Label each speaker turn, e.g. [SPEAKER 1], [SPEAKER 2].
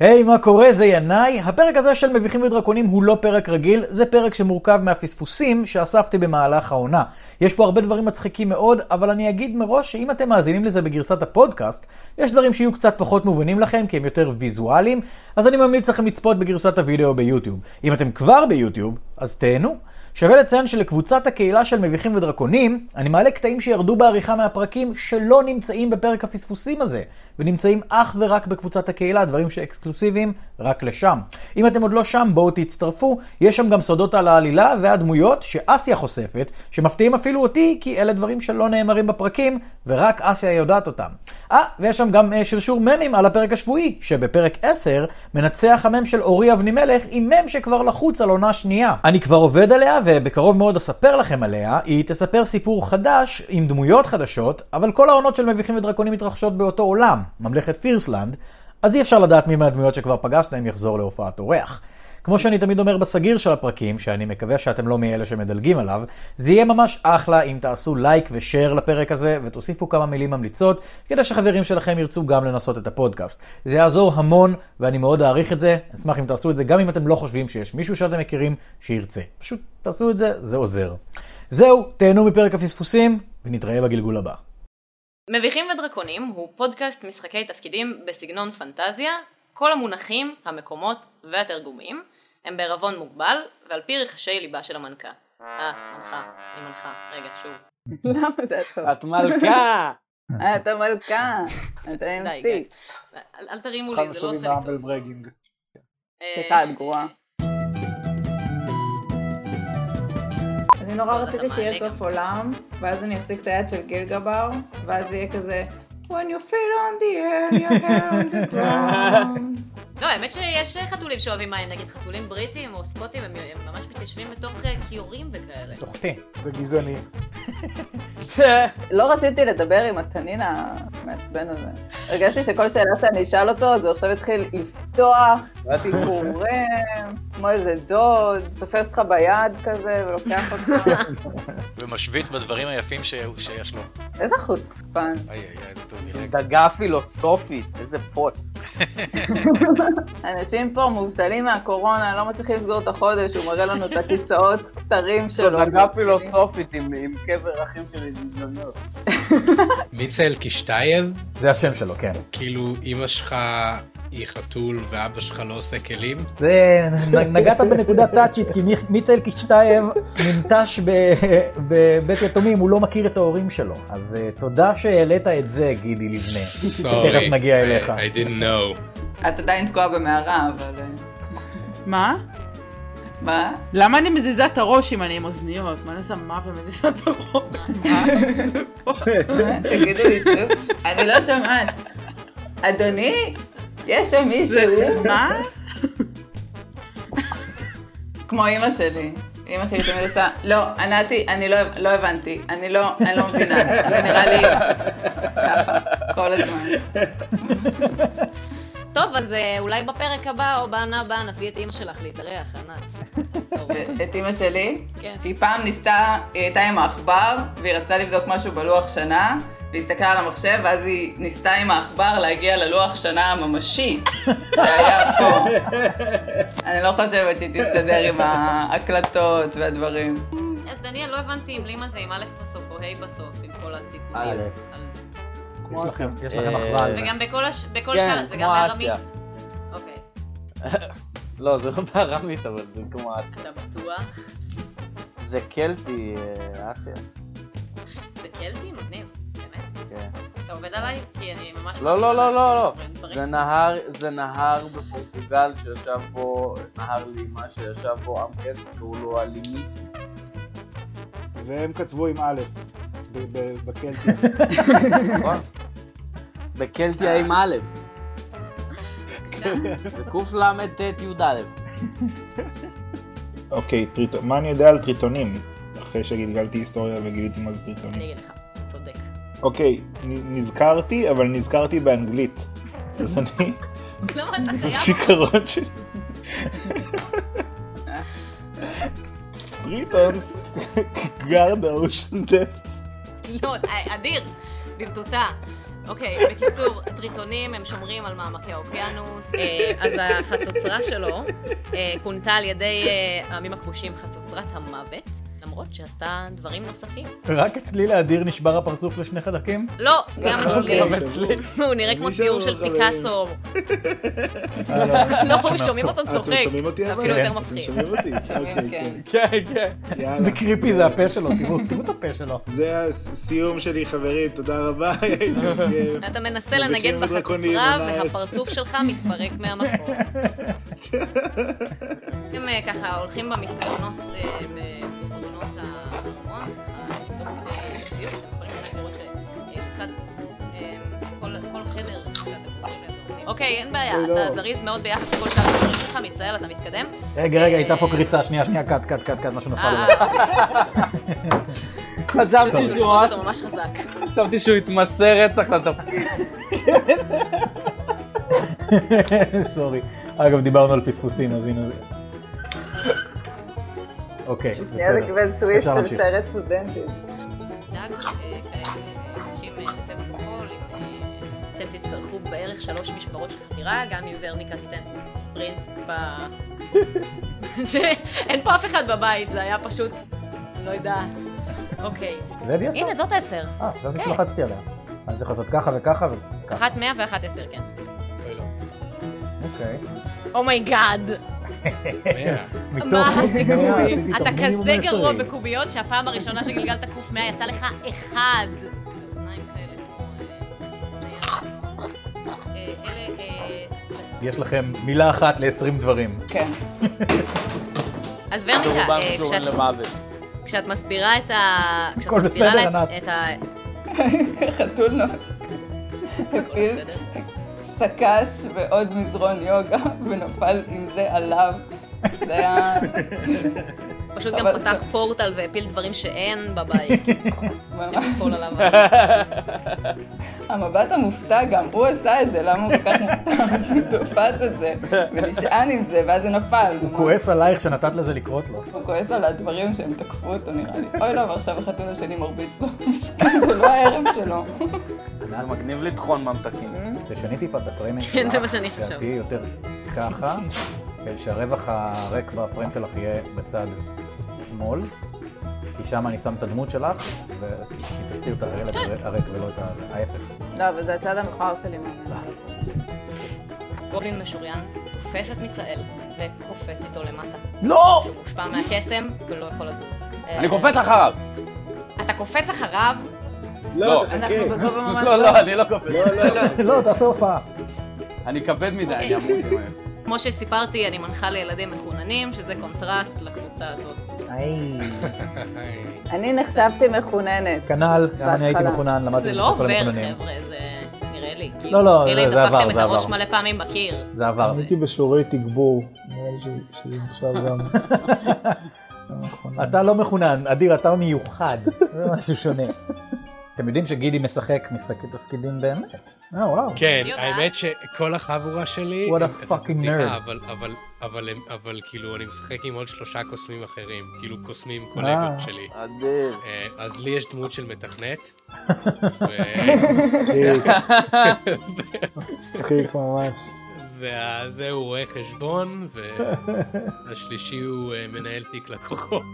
[SPEAKER 1] היי, hey, מה קורה? זה ינאי. הפרק הזה של מביכים ודרקונים הוא לא פרק רגיל, זה פרק שמורכב מהפספוסים שאספתי במהלך העונה. יש פה הרבה דברים מצחיקים מאוד, אבל אני אגיד מראש שאם אתם מאזינים לזה בגרסת הפודקאסט, יש דברים שיהיו קצת פחות מובנים לכם, כי הם יותר ויזואליים, אז אני ממליץ לכם לצפות בגרסת הוידאו ביוטיוב. אם אתם כבר ביוטיוב, אז תהנו. שווה לציין שלקבוצת הקהילה של מביכים ודרקונים, אני מעלה קטעים שירדו בעריכה מהפרקים שלא נמצאים בפרק הפספוסים הזה, ונמצאים אך ורק בקבוצת הקהילה, דברים שאקסקלוסיביים רק לשם. אם אתם עוד לא שם, בואו תצטרפו, יש שם גם סודות על העלילה והדמויות שאסיה חושפת, שמפתיעים אפילו אותי, כי אלה דברים שלא נאמרים בפרקים, ורק אסיה יודעת אותם. אה, ויש שם גם אה, שרשור ממים על הפרק השבועי, שבפרק 10 מנצח המם של אורי אבנימלך עם מם שכבר לחוץ על עונה שנייה. אני כבר עובד עליה, ובקרוב מאוד אספר לכם עליה, היא תספר סיפור חדש עם דמויות חדשות, אבל כל העונות של מביכים ודרקונים מתרחשות באותו עולם, ממלכת פירסלנד, אז אי אפשר לדעת מי מהדמויות שכבר פגשתם יחזור להופעת אורח. כמו שאני תמיד אומר בסגיר של הפרקים, שאני מקווה שאתם לא מאלה שמדלגים עליו, זה יהיה ממש אחלה אם תעשו לייק ושאר לפרק הזה, ותוסיפו כמה מילים ממליצות, כדי שחברים שלכם ירצו גם לנסות את הפודקאסט. זה יעזור המון, ואני מאוד אעריך את זה. אשמח אם תעשו את זה, גם אם אתם לא חושבים שיש מישהו שאתם מכירים שירצה. פשוט תעשו את זה, זה עוזר. זהו, תהנו מפרק הפספוסים, ונתראה בגלגול הבא.
[SPEAKER 2] מביכים ודרקונים הוא פודקאסט משחקי תפקידים בסגנון פנטזיה. כל המונחים, המקומות והתרגומים הם בערבון מוגבל ועל פי רחשי ליבה של המנקה. אה, מנחה, היא מנחה. רגע, שוב.
[SPEAKER 3] למה זה טוב?
[SPEAKER 4] את מלכה!
[SPEAKER 3] אה, אתה מלכה, אתה
[SPEAKER 2] די,
[SPEAKER 3] אמצעי.
[SPEAKER 2] די. אל, אל תרימו
[SPEAKER 5] חד
[SPEAKER 2] לי, זה לא
[SPEAKER 5] משמעית
[SPEAKER 2] עושה לי טוב.
[SPEAKER 5] באמבל ברגינג.
[SPEAKER 2] אה,
[SPEAKER 3] סליחה, את גרועה. לא, אני נורא
[SPEAKER 2] אבל אתה
[SPEAKER 3] רציתי שיהיה
[SPEAKER 2] מעלה גם
[SPEAKER 3] סוף
[SPEAKER 2] ככה.
[SPEAKER 3] עולם, ואז אני אחזיק את היד של גיל גבר, ואז יהיה כזה, When you feel on the air, your hair on the ground.
[SPEAKER 2] לא, האמת שיש חתולים שאוהבים מים, נגיד חתולים בריטים או סקוטים, הם, הם ממש מתיישבים בתוך אה, כיורים וכאלה.
[SPEAKER 1] תוכתי.
[SPEAKER 5] זה גזעני.
[SPEAKER 3] לא רציתי לדבר עם התנין המעצבן הזה. הרגשתי שכל שאלה שאני אשאל אותו, אז הוא עכשיו התחיל לפתוח סיפורים, כמו איזה דוד, תופס אותך ביד כזה ולוקח אותך.
[SPEAKER 6] ומשוויץ בדברים היפים ש... שיש לו.
[SPEAKER 3] איזה חוצפן.
[SPEAKER 6] איי איי איי, זה טוב, רגע.
[SPEAKER 4] דגה פילוסופית, איזה פוץ.
[SPEAKER 3] אנשים פה מובטלים מהקורונה, לא מצליחים לסגור את החודש, הוא מראה לנו את הכיסאות קצרים
[SPEAKER 4] זו
[SPEAKER 3] שלו.
[SPEAKER 4] דגה פילוסופית עם עם קבר אחים שלי הזדמנויות.
[SPEAKER 7] מיצל קישטייב,
[SPEAKER 1] זה השם שלו, כן.
[SPEAKER 7] כאילו אמא שלך היא חתול ואבא שלך לא עושה כלים.
[SPEAKER 1] זה, נ- נגעת בנקודה טאצ'ית, כי מיכ- מיצל קישטייב ננטש ב- בבית יתומים, הוא לא מכיר את ההורים שלו. אז אה, תודה שהעלית את זה, גידי לבנה.
[SPEAKER 7] סורי.
[SPEAKER 1] תכף נגיע אליך.
[SPEAKER 7] I didn't know.
[SPEAKER 3] את עדיין תקועה במערה, אבל... אה,
[SPEAKER 8] מה?
[SPEAKER 3] מה?
[SPEAKER 8] למה אני מזיזה את הראש אם אני עם אוזניות? מה לזה מה ומזיזה את הראש? מה? זה פה.
[SPEAKER 3] מה? תגידי לי שוב. אני לא שומעת. אדוני, יש שם מישהו?
[SPEAKER 8] זה- מה?
[SPEAKER 3] כמו אימא שלי. אימא שלי תמיד עושה, לא, ענתי, אני לא, לא הבנתי, אני לא, אני לא מבינה, זה נראה לי ככה, כל הזמן.
[SPEAKER 2] טוב, אז אה, אולי בפרק הבא או בעונה הבאה נביא את אימא שלך להתארח, ענת. טוב.
[SPEAKER 3] את אימא שלי,
[SPEAKER 2] כן.
[SPEAKER 3] היא פעם ניסתה, היא הייתה עם העכבר, והיא רצתה לבדוק משהו בלוח שנה, והסתכלה על המחשב, ואז היא ניסתה עם העכבר להגיע ללוח שנה הממשי שהיה פה. אני לא חושבת שהיא תסתדר עם ההקלטות והדברים.
[SPEAKER 1] אוקיי,
[SPEAKER 2] אז דניאל, לא הבנתי אם לימה זה עם א' בסוף או ה' בסוף, עם כל התיקונים.
[SPEAKER 4] א'.
[SPEAKER 2] על-
[SPEAKER 1] יש לכם- יש לכם
[SPEAKER 4] אה,
[SPEAKER 1] אחווה על
[SPEAKER 2] זה
[SPEAKER 1] זה.
[SPEAKER 2] גם בכל הש- בכל
[SPEAKER 4] כן,
[SPEAKER 2] שאר, זה גם
[SPEAKER 4] כמו אסיה.
[SPEAKER 2] בארמית. אוקיי,
[SPEAKER 4] לא, זה לא בארמית, אבל זה כמו...
[SPEAKER 2] אתה בטוח?
[SPEAKER 4] זה קלטי, אה, אסיה.
[SPEAKER 2] זה קלטי? מגניב, באמת.
[SPEAKER 4] כן.
[SPEAKER 2] אתה עובד עליי? כי אני ממש...
[SPEAKER 4] לא, לא, לא, לא, לא.
[SPEAKER 2] דברים.
[SPEAKER 4] זה נהר, זה נהר בפורטוגל שישב בו, נהר לימה שישב בו עם קלטי, לא קראו לו הלימיסי.
[SPEAKER 5] והם כתבו עם א', ב- ב- בקלטי.
[SPEAKER 4] נכון? בקלטי עם א', בקלט י"א.
[SPEAKER 5] אוקיי, טריט- מה אני יודע על טריטונים? אחרי שגלגלתי היסטוריה וגיליתי מה זה
[SPEAKER 2] אני
[SPEAKER 5] טריטונים.
[SPEAKER 2] אגיד לך, צודק.
[SPEAKER 5] אוקיי, נ- נזכרתי, אבל נזכרתי באנגלית. אז אני...
[SPEAKER 2] למה אתה
[SPEAKER 5] זה
[SPEAKER 2] חייב?
[SPEAKER 5] זיכרון שלי. טריטונס, גארד האושן דפטס.
[SPEAKER 2] לא, אדיר, במטותא. אה, אוקיי, בקיצור, טריטונים הם שומרים על מעמקי האוקיינוס, אה, אז החצוצרה שלו אה, כונתה על ידי אה, העמים הכבושים חצוצרת המוות, למרות שעשתה דברים נוספים.
[SPEAKER 1] רק אצלי לאדיר נשבר הפרצוף לשני חלקים?
[SPEAKER 2] לא, גם
[SPEAKER 9] נכון,
[SPEAKER 2] אצלי.
[SPEAKER 5] אוקיי.
[SPEAKER 2] הוא נראה כמו ציור של
[SPEAKER 9] חברים.
[SPEAKER 2] פיקאסו.
[SPEAKER 1] אה, לא,
[SPEAKER 2] לא,
[SPEAKER 1] שומע.
[SPEAKER 2] שומעים אותו
[SPEAKER 9] אתם
[SPEAKER 2] צוחק.
[SPEAKER 9] שומעים
[SPEAKER 5] אוקיי.
[SPEAKER 9] אותי
[SPEAKER 2] זה
[SPEAKER 9] אבל?
[SPEAKER 2] אפילו יותר
[SPEAKER 1] כן.
[SPEAKER 9] אתם
[SPEAKER 2] מפחיד.
[SPEAKER 9] שומעים אותי?
[SPEAKER 3] שומעים,
[SPEAKER 9] אוקיי,
[SPEAKER 3] כן.
[SPEAKER 4] כן, כן.
[SPEAKER 5] אוקיי,
[SPEAKER 9] יאללה.
[SPEAKER 1] זה קריפי, זה הפה שלו, תראו, תראו את הפה שלו.
[SPEAKER 9] זה הסיום שלי, חברים, תודה רבה. כיף.
[SPEAKER 2] אתה מנסה
[SPEAKER 9] מביכים
[SPEAKER 2] לנגן
[SPEAKER 9] ודרקונים, אונס.
[SPEAKER 2] בחצוצרה, והפרצוף שלך מתפרק מהמקור. הם אה, ככה הולכים במסדרונות, אה, במסדרונות האחרון, ככה אה, תוך כדי סיום, אתם יכולים רק לראות שלצד אה, כל חדר שאתם קוראים לדורונים. אוקיי, אין בעיה,
[SPEAKER 9] אוי, לא.
[SPEAKER 2] אתה זריז מאוד ביחס לכל שאר הדברים שלך, מצטער, אתה מתקדם.
[SPEAKER 1] רגע, רגע, הייתה פה
[SPEAKER 2] אה,
[SPEAKER 1] קריסה, שנייה, שנייה, קאט, קאט, קאט, קאט, משהו נפל
[SPEAKER 2] אה,
[SPEAKER 1] עליי.
[SPEAKER 4] חשבתי
[SPEAKER 2] אתה
[SPEAKER 4] שהוא
[SPEAKER 2] תפוס אותו ממש חזק.
[SPEAKER 4] חשבתי שהוא התמסר רצח לתפקיד.
[SPEAKER 1] סורי. אגב, דיברנו על פספוסים, אז הנה זה. אוקיי,
[SPEAKER 3] נהיה
[SPEAKER 1] בסדר.
[SPEAKER 3] לקבל טוויסט
[SPEAKER 1] אפשר
[SPEAKER 3] של
[SPEAKER 1] להמשיך.
[SPEAKER 3] סיירת סטודנטים.
[SPEAKER 2] נדאג אה, כאלה אנשים אה, בצבע כחול, אם, אה, אתם תצטרכו בערך שלוש משמרות של חתירה, גם אם ורניקה תיתן ספרינט ב... זה, אין פה אף אחד בבית, זה היה פשוט, אני לא יודעת. אוקיי.
[SPEAKER 1] זה ידי עשר?
[SPEAKER 2] הנה, זאת עשר.
[SPEAKER 1] אה, חשבתי
[SPEAKER 2] כן.
[SPEAKER 1] שלחצתי עליה. אני צריך לעשות ככה וככה וככה.
[SPEAKER 2] אחת מאה ואחת עשר, כן.
[SPEAKER 7] אוי, לא.
[SPEAKER 1] אוקיי.
[SPEAKER 2] אומייגאד.
[SPEAKER 7] מאה.
[SPEAKER 2] מה הסיכוי?
[SPEAKER 1] לא, עשיתי את
[SPEAKER 2] אתה
[SPEAKER 1] המינימום
[SPEAKER 2] כזה
[SPEAKER 1] האפשרי.
[SPEAKER 2] גרוע בקוביות שהפעם הראשונה שגלגלת קוף 100 יצא לך אחד. אוזניים כאלה כמו, אה, אה, אלה, אה,
[SPEAKER 1] יש לכם מילה אחת ל-20 דברים.
[SPEAKER 3] כן.
[SPEAKER 2] אז ורניקה,
[SPEAKER 4] רובם
[SPEAKER 2] אה,
[SPEAKER 4] קשורים
[SPEAKER 2] כשאת-
[SPEAKER 4] למוות.
[SPEAKER 2] כשאת מסבירה את ה... כשאת
[SPEAKER 1] הכל
[SPEAKER 2] מסבירה
[SPEAKER 1] בסדר,
[SPEAKER 2] לה
[SPEAKER 1] ענת.
[SPEAKER 2] את- את ה...
[SPEAKER 3] חתולות.
[SPEAKER 2] הכל
[SPEAKER 3] הפיל
[SPEAKER 2] בסדר.
[SPEAKER 3] סק"ש ועוד מזרון יוגה, ונפל עם זה עליו. זה היה...
[SPEAKER 2] פשוט גם
[SPEAKER 3] אבל-
[SPEAKER 2] פתח פורטל והפיל דברים שאין בבית.
[SPEAKER 3] ממש-
[SPEAKER 2] כל עליו הרס.
[SPEAKER 3] המבט המופתע גם, הוא עשה את זה, למה הוא כל כך מופתע? הוא תופס את זה, ונשען עם זה, ואז זה נפל.
[SPEAKER 1] הוא כועס עלייך שנתת לזה לקרות לו.
[SPEAKER 3] הוא כועס על הדברים שהם תקפו אותו, נראה לי. אוי לא, ועכשיו החתול השני מרביץ לו. מסכן, זה לא הערב שלו.
[SPEAKER 4] זה מגניב לטחון ממתקים.
[SPEAKER 1] תשני טיפה את הפריימים שלך.
[SPEAKER 2] כן, זה מה שאני חשבתי.
[SPEAKER 1] שתהיי יותר ככה, כדי שהרווח הריק בפריים שלך יהיה בצד שמאל, כי שם אני שם את הדמות שלך, ותסתיר את הרווח הריק ולא את ה- ההפך.
[SPEAKER 3] לא, אבל זה הצד המכוער שלי. מה.
[SPEAKER 2] גובלין משוריין תופס את מצאל וקופץ איתו למטה.
[SPEAKER 1] לא!
[SPEAKER 2] הוא מושפע מהקסם ולא יכול לזוז. אה,
[SPEAKER 4] אני קופץ אחריו.
[SPEAKER 2] אתה קופץ אחריו,
[SPEAKER 4] לא.
[SPEAKER 9] לא,
[SPEAKER 8] אנחנו
[SPEAKER 9] תחכה.
[SPEAKER 8] בגובה ממש...
[SPEAKER 4] לא, לא, אני לא קופץ.
[SPEAKER 1] לא, תעשה הופעה.
[SPEAKER 4] אני כבד מדי, אני אמור להם.
[SPEAKER 2] כמו שסיפרתי, אני מנחה לילדים מחוננים, שזה קונטרסט לקבוצה הזאת.
[SPEAKER 1] היי.
[SPEAKER 7] היי.
[SPEAKER 3] אני נחשבתי מחוננת.
[SPEAKER 1] כנ"ל, גם אני הייתי
[SPEAKER 3] בהתחלה.
[SPEAKER 1] מחונן, למדתי
[SPEAKER 2] זה
[SPEAKER 1] את
[SPEAKER 2] לא
[SPEAKER 1] כל
[SPEAKER 2] עובר,
[SPEAKER 1] המחוננים.
[SPEAKER 2] חבר'ה, זה נראה לי. כאילו,
[SPEAKER 1] לא, לא,
[SPEAKER 2] אלא אם
[SPEAKER 1] זה- זה
[SPEAKER 2] דפקתם
[SPEAKER 1] עבר, זה
[SPEAKER 2] את הראש
[SPEAKER 1] עבר.
[SPEAKER 2] מלא פעמים בקיר.
[SPEAKER 1] זה עבר.
[SPEAKER 2] זה-
[SPEAKER 9] הייתי בשיעורי תגבור, נראה לי ש- שזה נחשב גם.
[SPEAKER 1] אתה לא מחונן, אדיר, אתה מיוחד. זה משהו שונה. אתם יודעים שגידי משחק משחקי תפקידים באמת?
[SPEAKER 9] אה, וואו.
[SPEAKER 7] כן,
[SPEAKER 2] יודעת.
[SPEAKER 7] האמת שכל החבורה שלי...
[SPEAKER 1] What a
[SPEAKER 7] הם- זה
[SPEAKER 1] fucking
[SPEAKER 7] בדיחה,
[SPEAKER 1] nerd.
[SPEAKER 7] אבל, אבל, אבל, הם- אבל כאילו, אני משחק עם עוד שלושה קוסמים אחרים, כאילו
[SPEAKER 1] אה.
[SPEAKER 7] קוסמים קולגות שלי.
[SPEAKER 4] אדיר.
[SPEAKER 7] אה, אז לי יש דמות של מתכנת.
[SPEAKER 9] מצחיק. מצחיק ממש.
[SPEAKER 7] והזה הוא רואה חשבון, והשלישי הוא אה, מנהל תיק לקוחות.